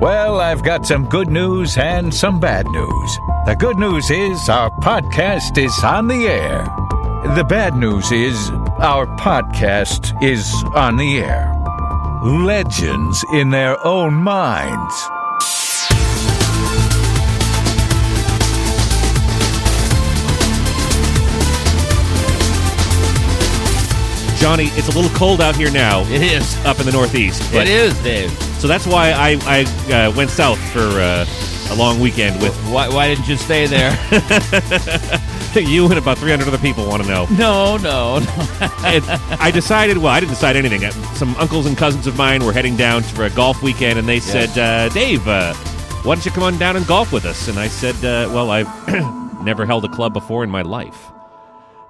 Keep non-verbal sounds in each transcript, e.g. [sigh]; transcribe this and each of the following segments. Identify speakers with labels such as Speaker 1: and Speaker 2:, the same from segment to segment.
Speaker 1: Well, I've got some good news and some bad news. The good news is our podcast is on the air. The bad news is our podcast is on the air. Legends in their own minds.
Speaker 2: Johnny, it's a little cold out here now
Speaker 3: It is.
Speaker 2: up in the Northeast.
Speaker 3: it is, Dave.
Speaker 2: So that's why I, I uh, went south for uh, a long weekend with [laughs]
Speaker 3: Why, why didn't you stay there? [laughs]
Speaker 2: you and about 300 other people want to know.
Speaker 3: no, no, no.
Speaker 2: And I decided, well, I didn't decide anything. Uh, Some uncles and cousins of mine were heading down for a golf weekend, and they said, uh, Dave, uh, why don't you come on down and golf with us? And I [clears throat] said, uh, well, I've never held a club before in my life.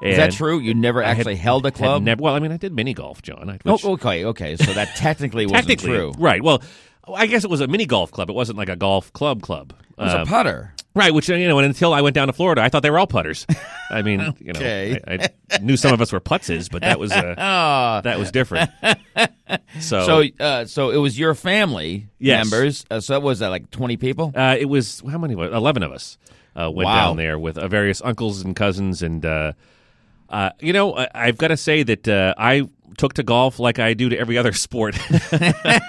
Speaker 3: Is that true? You never
Speaker 2: I had-
Speaker 3: actually held a
Speaker 2: had
Speaker 3: club?
Speaker 2: nev- well, I mean, I did mini golf, John. I-
Speaker 3: oh,
Speaker 2: which-
Speaker 3: okay, okay. So
Speaker 2: [laughs]
Speaker 3: that technically wasn't
Speaker 2: technically, um,
Speaker 3: true.
Speaker 2: right? Well, I guess it was a mini golf club. It wasn't like a golf club club,
Speaker 3: It was
Speaker 2: Uh,
Speaker 3: a putter.
Speaker 2: right? Which you know, and until I went down to Florida, I thought they were all
Speaker 3: [laughs]
Speaker 2: putters. I mean, you know,
Speaker 3: Okay.
Speaker 2: I, I knew some of us were putzes, but that was uh,
Speaker 3: [laughs] Ah.
Speaker 2: that was
Speaker 3: [laughs]
Speaker 2: different. So,
Speaker 3: so, uh, so it was your family
Speaker 2: oh. Yes.
Speaker 3: members. Uh, so what was that like twenty people?
Speaker 2: uh, it was how many? Was Eleven of us uh, went
Speaker 3: Wow.
Speaker 2: down there with uh, various uncles and cousins, and uh, uh, you know, I, I've got to say that uh, I took to golf like I do to every other [laughs]
Speaker 3: [laughs]
Speaker 2: sport.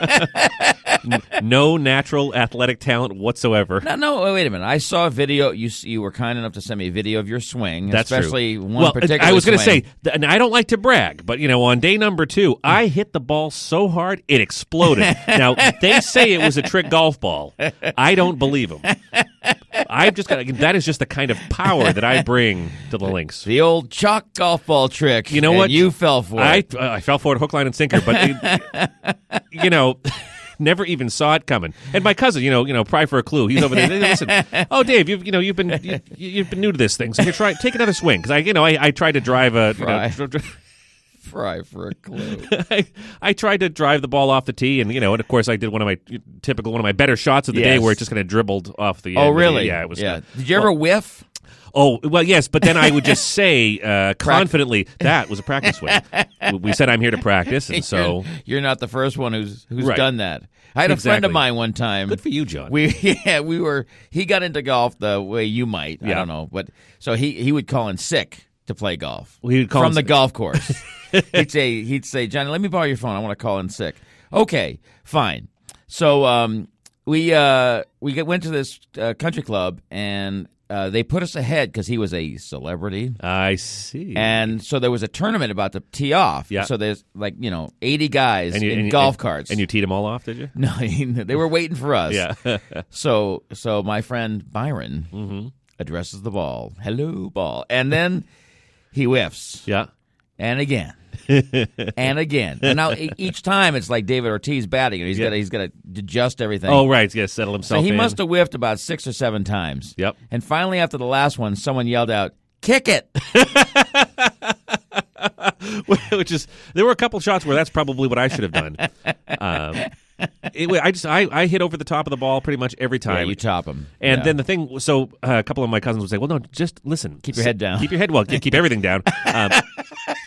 Speaker 2: N- no natural athletic talent whatsoever.
Speaker 3: No, Uh, no. Wait a minute. I saw a video. You s- you were kind enough to send me a video of your swing,
Speaker 2: That's true.
Speaker 3: especially one
Speaker 2: well,
Speaker 3: particular.
Speaker 2: I was gonna
Speaker 3: swing.
Speaker 2: say, th- and I don't like to brag, but you know, on day number two, I hit the ball so hard it
Speaker 3: [laughs]
Speaker 2: exploded. now they say it was a trick golf ball. I don't believe them. I've just got that is just the kind of power that I bring to the
Speaker 3: [laughs]
Speaker 2: links.
Speaker 3: the old chalk golf ball trick.
Speaker 2: You know
Speaker 3: and
Speaker 2: what?
Speaker 3: You fell for
Speaker 2: I [laughs]
Speaker 3: it.
Speaker 2: uh, I fell for it hook, line, and sinker, but it- you know. Never even saw it coming, and my cousin, you know, you know, pry for a clue. He's over there. "Hey, Listen, oh Dave, you've you know you've been you, you've been new to this thing, so here try take another swing because I you know I, I tried to drive a you know,
Speaker 3: Fry.
Speaker 2: dr- dr-
Speaker 3: Fry for a clue.
Speaker 2: [laughs] I, I tried to drive the ball off the tee, and you know, and of course, I did one of my typical one of my better shots of the day,
Speaker 3: Yes.
Speaker 2: where it just kind of dribbled off the. end
Speaker 3: oh,
Speaker 2: of the-
Speaker 3: really?
Speaker 2: yeah, it was.
Speaker 3: Yeah. Did you ever whiff?
Speaker 2: Oh well, yes, but then I would just [laughs] say uh, confidently that was a practice
Speaker 3: [laughs]
Speaker 2: swing. We- we said I'm here to practice, and so
Speaker 3: you're, you're not the first one who's who's
Speaker 2: Right.
Speaker 3: done that. I had a friend of
Speaker 2: Exactly.
Speaker 3: mine one
Speaker 2: [laughs]
Speaker 3: time.
Speaker 2: good for you, John.
Speaker 3: We [laughs] yeah we were he got into golf the way you might I
Speaker 2: Yeah.
Speaker 3: don't know but so he he would call in sick to play golf
Speaker 2: Well, he would call
Speaker 3: from
Speaker 2: in
Speaker 3: the
Speaker 2: sick.
Speaker 3: golf course
Speaker 2: [laughs]
Speaker 3: he'd say he'd say Johnny let me borrow your phone I want to call in sick okay fine so um we uh we get, went to this uh, country club and uh, they put us ahead because he was a celebrity
Speaker 2: I see.
Speaker 3: and so there was a tournament about to tee off.
Speaker 2: Yeah.
Speaker 3: So there's like you know eighty guys
Speaker 2: And you-
Speaker 3: in
Speaker 2: and you-
Speaker 3: golf
Speaker 2: and-
Speaker 3: carts.
Speaker 2: and you teed them all off, did you?
Speaker 3: [laughs] no, I mean, they were waiting for us.
Speaker 2: Yeah. [laughs]
Speaker 3: So so my friend Byron
Speaker 2: Mm-hmm.
Speaker 3: addresses the ball. Hello, ball. And then he whiffs
Speaker 2: yeah.
Speaker 3: and again.
Speaker 2: [laughs]
Speaker 3: and again. And now e- each time it's like David Ortiz batting, and he's
Speaker 2: Yeah.
Speaker 3: got he's got to adjust everything.
Speaker 2: Oh right, yeah. Settle himself.
Speaker 3: so he
Speaker 2: in.
Speaker 3: must have whiffed about six or seven times.
Speaker 2: Yep.
Speaker 3: And finally, after the last one, someone yelled out, "Kick it!"
Speaker 2: [laughs] which is there were a couple shots where that's probably what I should have
Speaker 3: [laughs]
Speaker 2: done. Um, it, I just I, I hit over the top of the ball pretty much every
Speaker 3: Yeah,
Speaker 2: time.
Speaker 3: you top him.
Speaker 2: and
Speaker 3: Yeah.
Speaker 2: then the thing, so uh, a couple of my cousins would say, "Well, no, just listen.
Speaker 3: Keep your
Speaker 2: Sit-
Speaker 3: head down."
Speaker 2: Keep your head well. Keep keep everything
Speaker 3: [laughs]
Speaker 2: down." Um,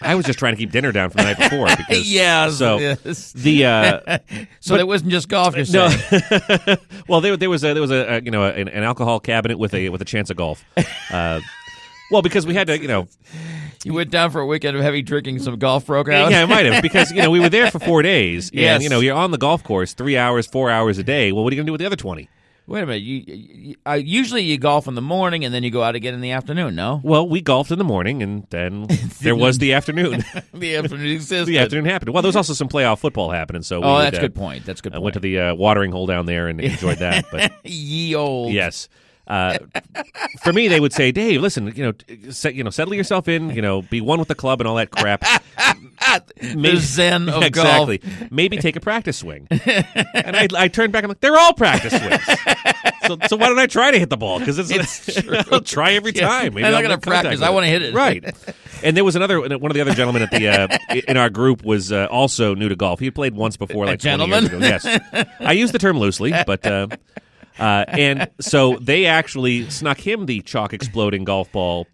Speaker 2: I was just trying to keep dinner down from the night before because
Speaker 3: Yeah,
Speaker 2: So
Speaker 3: [laughs] yes.
Speaker 2: the
Speaker 3: [laughs]
Speaker 2: uh,
Speaker 3: So it wasn't just golf. You're
Speaker 2: no,
Speaker 3: saying.
Speaker 2: [laughs] well there, there was a, there was a, uh you know an, an alcohol cabinet with a with a chance of
Speaker 3: [laughs]
Speaker 2: golf. Uh, well, because we had to you know
Speaker 3: you went down for a weekend of heavy drinking. Some golf broke out.
Speaker 2: Yeah, I might have because you know we were there for four days. and,
Speaker 3: Yes.
Speaker 2: you know you're on the golf course three hours, four hours a day. Well, what are you going to do with the other twenty?
Speaker 3: Wait a minute. You, you uh, usually you golf in the morning and then you go out again in the afternoon. No,
Speaker 2: Well, we golfed in the morning, and
Speaker 3: [laughs]
Speaker 2: then there was [laughs] the afternoon. [laughs]
Speaker 3: the afternoon existed.
Speaker 2: the afternoon happened. Well, there was also some playoff football happening, so we
Speaker 3: Oh,
Speaker 2: would,
Speaker 3: that's a
Speaker 2: uh,
Speaker 3: good point. That's a good.
Speaker 2: I
Speaker 3: point.
Speaker 2: went to the uh, watering hole down there and enjoyed that.
Speaker 3: [laughs]
Speaker 2: But
Speaker 3: ye old.
Speaker 2: yes. Uh, for me, they would say, "Dave, listen, you know, t- set, you know, settle yourself in, you know, be one with the club and all that crap.
Speaker 3: [laughs] the zen
Speaker 2: [laughs]
Speaker 3: of
Speaker 2: exactly.
Speaker 3: golf. [laughs]
Speaker 2: Maybe take a practice swing. and I, I turned back. I'm like, they're all practice swings. so, so why don't I try to hit the ball? Because it's, [laughs] I'll try every time. Maybe
Speaker 3: I'm not
Speaker 2: I'll
Speaker 3: gonna
Speaker 2: make contact
Speaker 3: practice.
Speaker 2: with
Speaker 3: I wanna hit it.
Speaker 2: Right. And there was another one of the other gentlemen at the uh, i- in our group was uh, also new to golf. He had played once before, like 20 years
Speaker 3: gentleman?
Speaker 2: ago. Yes, I use the term loosely, but. Uh, uh, and so they actually snuck him the chalk exploding golf ball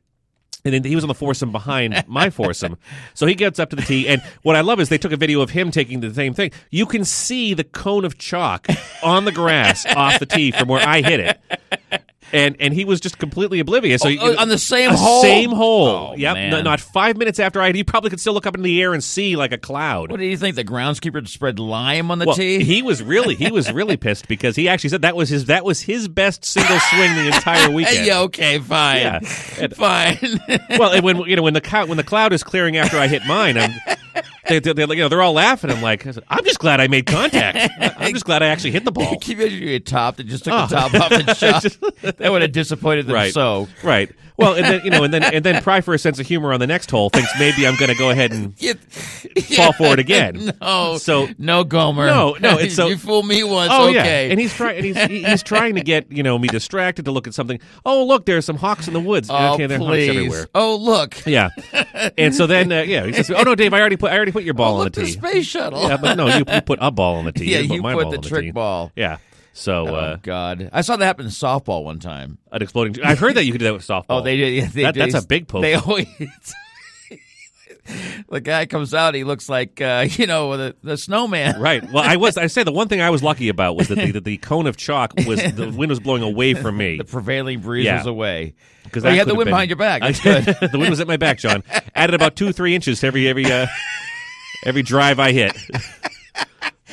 Speaker 2: And then he was on the foursome behind my foursome. So he gets up to the tee. And what I love is they took a video of him taking the same thing. You can see the cone of chalk on the grass off the tee from where I hit it. And and he was just completely oblivious. So
Speaker 3: Oh, on the same
Speaker 2: a
Speaker 3: hole?
Speaker 2: Same hole.
Speaker 3: Oh,
Speaker 2: yep.
Speaker 3: man.
Speaker 2: no- not five minutes after I, he probably could still look up in the air and see like a cloud.
Speaker 3: What do you think? The groundskeeper spread lime on the
Speaker 2: Well,
Speaker 3: tee?
Speaker 2: he was really he was really pissed because he actually said that was his that was his best single swing the
Speaker 3: [laughs]
Speaker 2: entire weekend.
Speaker 3: yeah, okay, fine.
Speaker 2: Yeah.
Speaker 3: [laughs] fine.
Speaker 2: Well, and when you know when the cloud when the cloud is clearing after I hit mine, I'm, they, they, they, you know, they're all laughing. I'm like, I said, I'm just glad I made contact. I'm just glad I actually hit the
Speaker 3: [laughs]
Speaker 2: ball.
Speaker 3: Can you imagine you had top that just took
Speaker 2: Oh.
Speaker 3: the top
Speaker 2: [laughs]
Speaker 3: off the shot? that would have disappointed them
Speaker 2: Right.
Speaker 3: so.
Speaker 2: Right. Well, and then you know, and then and then Pry for a sense of humor on the next hole thinks maybe I'm going to go ahead
Speaker 3: [laughs]
Speaker 2: and
Speaker 3: Yeah.
Speaker 2: fall for it again.
Speaker 3: [laughs] No.
Speaker 2: So
Speaker 3: no, Gomer.
Speaker 2: No, no,
Speaker 3: [laughs]
Speaker 2: it's so-
Speaker 3: you fooled me once.
Speaker 2: Oh
Speaker 3: okay.
Speaker 2: yeah, and he's trying. He's, he- he's trying to get you know me distracted to look at something. Oh look, there's some hawks in the woods.
Speaker 3: oh,
Speaker 2: okay, there are hawks
Speaker 3: please.
Speaker 2: everywhere.
Speaker 3: Oh, look.
Speaker 2: Yeah, and so then uh, yeah, he says, "Oh no, Dave, I already put I already put your ball on
Speaker 3: Oh, look,
Speaker 2: the
Speaker 3: the
Speaker 2: tee."
Speaker 3: space shuttle.
Speaker 2: Yeah, but no, you, you put a ball on the tee.
Speaker 3: [laughs] Yeah,
Speaker 2: didn't
Speaker 3: you
Speaker 2: my
Speaker 3: put
Speaker 2: ball
Speaker 3: the
Speaker 2: on the
Speaker 3: trick
Speaker 2: tee.
Speaker 3: ball.
Speaker 2: Yeah, so uh,
Speaker 3: Oh, God. I saw that happen in softball one time.
Speaker 2: an exploding. I've heard that you could do that with softball.
Speaker 3: Oh, they did. yeah, they
Speaker 2: That-
Speaker 3: do.
Speaker 2: that's a big poke.
Speaker 3: They [laughs] always. the guy comes out. He looks like uh, [laughs] you know the, the snowman. [laughs]
Speaker 2: Right. Well, I was. I say the one thing I was lucky about was that the, that the cone of chalk was the wind was blowing away from me.
Speaker 3: The prevailing breeze
Speaker 2: Yeah.
Speaker 3: was away.
Speaker 2: Because
Speaker 3: Oh, you had the wind behind
Speaker 2: [laughs]
Speaker 3: your back. That's good. [laughs]
Speaker 2: the wind was at my back, John. Added about two, three inches to every every uh, [laughs] every drive I hit. [laughs]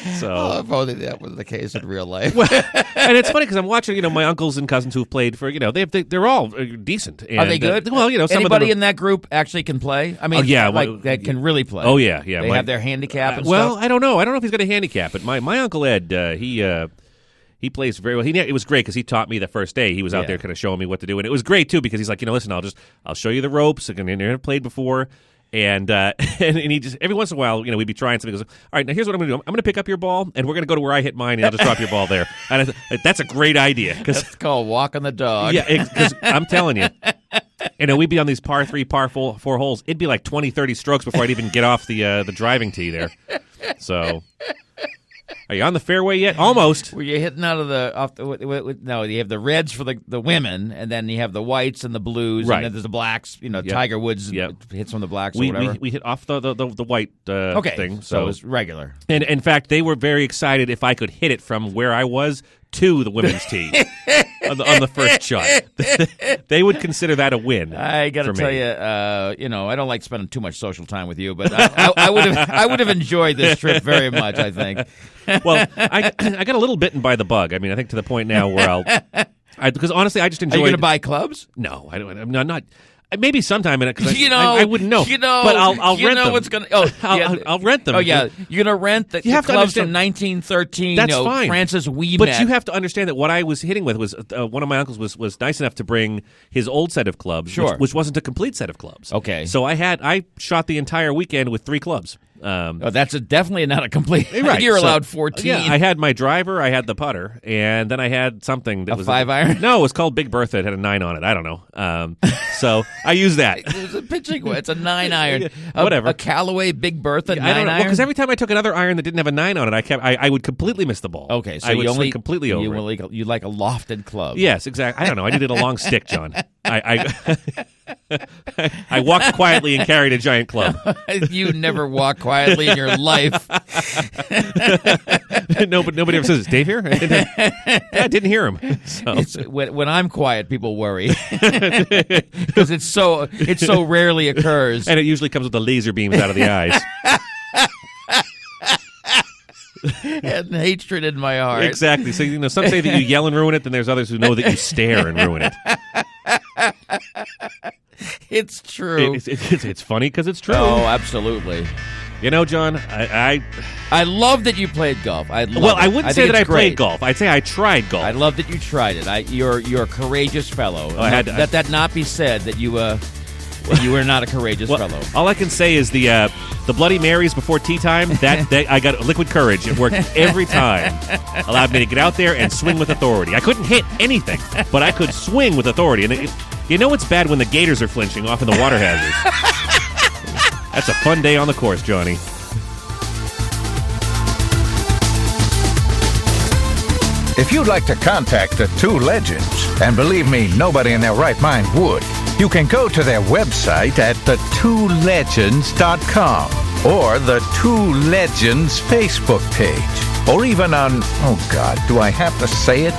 Speaker 3: Oh,
Speaker 2: So,
Speaker 3: if only that was the case in real life.
Speaker 2: and it's funny because I'm watching, you know, my uncles and cousins who've played for, you know, they have, they, they're all uh, decent. And,
Speaker 3: Are they good?
Speaker 2: uh, well, you know, some
Speaker 3: anybody
Speaker 2: of them.
Speaker 3: in that group actually can play. I mean,
Speaker 2: Oh, yeah,
Speaker 3: like
Speaker 2: well,
Speaker 3: that can really play.
Speaker 2: are- oh yeah, yeah.
Speaker 3: they
Speaker 2: my-
Speaker 3: have their handicap. And
Speaker 2: Uh, well,
Speaker 3: stuff.
Speaker 2: I don't know. I don't know if he's got a handicap, but my, my uncle Ed, uh, he uh, he plays very well. He it was great because he taught me the first day. He was out
Speaker 3: Yeah.
Speaker 2: there kind of showing me what to do, and it was great too because he's like, you know, listen, I'll just I'll show you the ropes. And you never played before. And, uh, [laughs] and and he just every once in a while, you know, we'd be trying something. He goes, all right, now here's what I'm going to do. I'm, going to pick up your ball, and we're going to go to where I hit mine, and I'll just drop your ball there. And I th- that's a great idea because
Speaker 3: it's called walking the
Speaker 2: [laughs]
Speaker 3: dog.
Speaker 2: yeah, because I'm telling you. You know, we'd be on these par three, par four, four holes. It'd be like 20, 30 strokes before I'd even get off the uh, the driving tee there. So, are you on the fairway yet? Almost.
Speaker 3: Where you're hitting out of the off the w- w- w- no, you have the reds for the, the women, and then you have the whites and the blues,
Speaker 2: Right.
Speaker 3: and then there's the blacks. You know,
Speaker 2: Yep.
Speaker 3: Tiger Woods
Speaker 2: Yep.
Speaker 3: hits on the blacks
Speaker 2: We,
Speaker 3: or whatever.
Speaker 2: we we hit off the the, the, the white uh,
Speaker 3: okay,
Speaker 2: thing.
Speaker 3: so
Speaker 2: So,
Speaker 3: it's regular.
Speaker 2: and in fact, they were very excited if I could hit it from where I was to the women's
Speaker 3: [laughs]
Speaker 2: tee on, the, on the first shot. [laughs] they would consider that a win.
Speaker 3: I got to
Speaker 2: for
Speaker 3: tell
Speaker 2: me.
Speaker 3: you, uh, you know, I don't like spending too much social time with you, but I, I, I would have I would have enjoyed this trip very much. I think.
Speaker 2: well, I [clears throat] I got a little bitten by the bug. I mean, I think to the point now where I'll. I, because honestly, I just
Speaker 3: Are you
Speaker 2: enjoy.
Speaker 3: going to buy clubs?
Speaker 2: No, I don't. I'm not. not maybe sometime in it. 'cause I-
Speaker 3: you know,
Speaker 2: I, I wouldn't know.
Speaker 3: You know,
Speaker 2: but I'll, I'll
Speaker 3: you
Speaker 2: rent
Speaker 3: know
Speaker 2: them.
Speaker 3: what's gonna. Oh,
Speaker 2: [laughs] I'll,
Speaker 3: yeah.
Speaker 2: I'll, I'll rent them.
Speaker 3: Oh yeah, you're gonna rent the,
Speaker 2: You
Speaker 3: the
Speaker 2: have to
Speaker 3: clubs
Speaker 2: understand-
Speaker 3: from 1913.
Speaker 2: That's
Speaker 3: you know,
Speaker 2: fine.
Speaker 3: Francis Wee
Speaker 2: But you have to understand that what I was hitting with was uh, one of my uncles was was nice enough to bring his old set of clubs, which-
Speaker 3: Sure.
Speaker 2: which, wasn't a complete set of clubs.
Speaker 3: Okay.
Speaker 2: so I had I shot the entire weekend with three clubs. Um,
Speaker 3: oh, that's a, definitely not a complete.
Speaker 2: [laughs] right,
Speaker 3: [laughs] you're
Speaker 2: so-
Speaker 3: allowed 14.
Speaker 2: Yeah, I had my driver, I had the putter, and then I had something that
Speaker 3: A
Speaker 2: was
Speaker 3: five iron?
Speaker 2: No, it was called Big Bertha. It had a nine on it. I don't know. Um, so I used
Speaker 3: [laughs]
Speaker 2: that.
Speaker 3: [laughs] it's a pitching. It's a
Speaker 2: [laughs]
Speaker 3: nine iron. A-
Speaker 2: Whatever.
Speaker 3: A, Callaway Big Bertha
Speaker 2: I don't
Speaker 3: nine
Speaker 2: know
Speaker 3: iron.
Speaker 2: because every time I took another iron that didn't have a nine on it, I kept I, I would completely miss the ball.
Speaker 3: okay, so
Speaker 2: I
Speaker 3: you
Speaker 2: would swing
Speaker 3: only
Speaker 2: completely
Speaker 3: you
Speaker 2: over. it.
Speaker 3: only like a- you like a lofted club.
Speaker 2: Yes, exactly. I don't know. I needed a long stick, John. I I, [laughs] I walked quietly and carried a giant club.
Speaker 3: [laughs]
Speaker 2: [laughs]
Speaker 3: you never walk quietly in your life.
Speaker 2: no, but nobody ever says, "Is Dave here?" [laughs] yeah, I didn't hear him.
Speaker 3: [laughs]
Speaker 2: So
Speaker 3: It's, when, when I'm quiet, people
Speaker 2: [laughs]
Speaker 3: worry [laughs] because it's so it so rarely occurs.
Speaker 2: and it usually comes with the laser beams out of the eyes.
Speaker 3: and hatred in my heart.
Speaker 2: Exactly. So you know, some say that you yell and ruin it. Then there's others who know that you stare and ruin it.
Speaker 3: It's [laughs] true.
Speaker 2: It's it's, it's funny because it's true.
Speaker 3: oh, absolutely.
Speaker 2: You know, John. I, I
Speaker 3: I love that you played golf. I love
Speaker 2: well,
Speaker 3: it.
Speaker 2: I wouldn't
Speaker 3: think
Speaker 2: say that
Speaker 3: it's
Speaker 2: I
Speaker 3: great.
Speaker 2: played golf. I'd say I tried golf.
Speaker 3: I love that you tried it. I, you're you're a courageous fellow.
Speaker 2: Oh, I had to-
Speaker 3: let that not be said that you uh that you were not a courageous
Speaker 2: Well,
Speaker 3: fellow.
Speaker 2: All I can say is the uh, the Bloody Marys before tea time.
Speaker 3: [laughs]
Speaker 2: That, that I got liquid courage. It worked every time. Allowed me to get out there and swing with authority. I couldn't hit anything, but I could swing with authority. And it, you know it's bad when the gators are flinching off in the water
Speaker 3: [laughs]
Speaker 2: hazards. That's a fun day on the course, Johnny.
Speaker 1: If you'd like to contact the two legends, and believe me, nobody in their right mind would, You can go to their website at thetwolegends.com or the Two Legends Facebook page or even on, oh God, do I have to say it?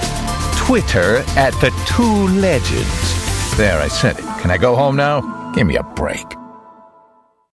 Speaker 1: Twitter at the Two Legends. There, I said it. Can I go home now? Give me a break.